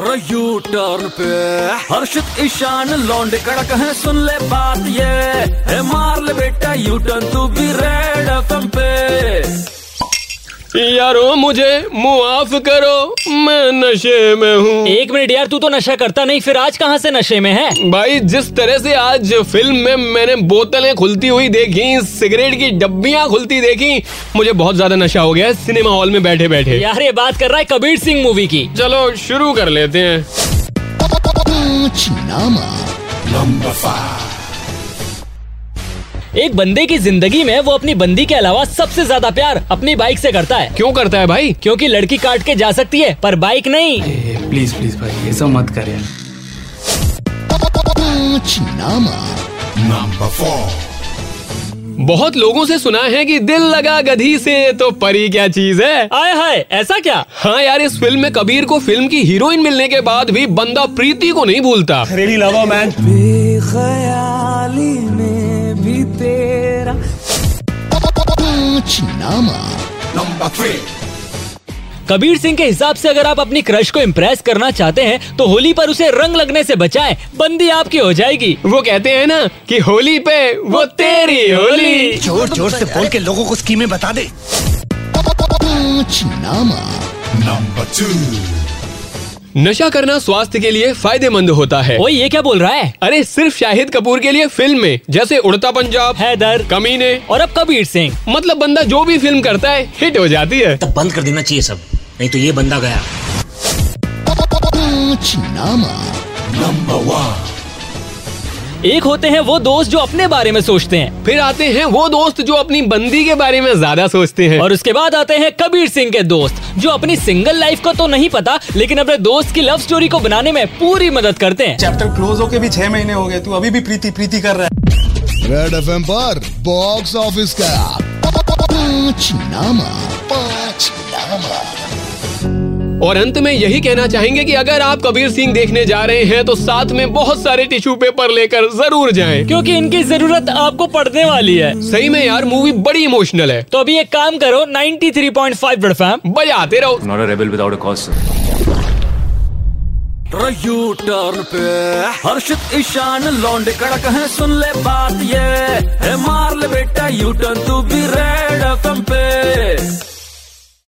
रहा U turn पे हर्षित ईशान लौंडे कड़क है सुन ले बात ये है मार ले बेटा यू टर्न तू भी रेड एफएम पे यारो मुझे मुआफ करो मैं नशे में हूँ एक मिनट यार तू तो नशा करता नहीं फिर आज कहाँ से नशे में है भाई जिस तरह से आज फिल्म में मैंने बोतलें खुलती हुई देखी सिगरेट की डब्बियां खुलती देखी मुझे बहुत ज्यादा नशा हो गया है सिनेमा हॉल में बैठे बैठे यार ये बात कर रहा है कबीर सिंह मूवी की चलो शुरू कर लेते हैं एक बंदे की जिंदगी में वो अपनी बंदी के अलावा सबसे ज्यादा प्यार अपनी बाइक से करता है क्यों करता है भाई क्योंकि लड़की काट के जा सकती है पर बाइक नहीं प्लीज प्लीज भाई ऐसा मत करें बहुत लोगों से सुना है कि दिल लगा गधी से तो परी क्या चीज है आय हाय ऐसा क्या हाँ यार इस फिल्म में कबीर को फिल्म की हीरोइन मिलने के बाद भी बंदा प्रीति को नहीं भूलता ख्याली में भी तेरा कबीर सिंह के हिसाब से अगर आप अपनी क्रश को इम्प्रेस करना चाहते हैं तो होली पर उसे रंग लगने से बचाएं बंदी आपकी हो जाएगी वो कहते हैं ना कि होली पे वो तेरी होली जोर जोर से बोल के लोगों को स्कीमें बता दे नशा करना स्वास्थ्य के लिए फायदेमंद होता है वो ये क्या बोल रहा है अरे सिर्फ शाहिद कपूर के लिए फिल्म में जैसे उड़ता पंजाब हैदर कमीने और अब कबीर सिंह मतलब बंदा जो भी फिल्म करता है हिट हो जाती है तो तब बंद कर देना चाहिए सब नहीं तो ये बंदा गया एक होते हैं वो दोस्त जो अपने बारे में सोचते हैं फिर आते हैं वो दोस्त जो अपनी बंदी के बारे में ज्यादा सोचते हैं और और उसके बाद आते हैं कबीर सिंह के दोस्त जो अपनी सिंगल लाइफ को तो नहीं पता लेकिन अपने दोस्त की लव स्टोरी को बनाने में पूरी मदद करते हैं चैप्टर क्लोज होके भी छह महीने हो गए तू अभी भी प्रीति प्रीति कर रहा है रेड एफ पर बॉक्स ऑफिस का पंचनामा पंचनामा और अंत में यही कहना चाहेंगे कि अगर आप कबीर सिंह देखने जा रहे हैं तो साथ में बहुत सारे टिश्यू पेपर लेकर जरूर जाएं क्योंकि इनकी जरूरत आपको पड़ने वाली है सही में यार मूवी बड़ी इमोशनल है तो अभी एक काम करो 93.5 थ्री पॉइंट फाइव बजाते रहो not a rebel without a cause U turn पे हर्षित ईशान लौंडे कड़क है सुन ले बात ये है मार ले बेटा यू टर्न तू भी रेड एफएम पे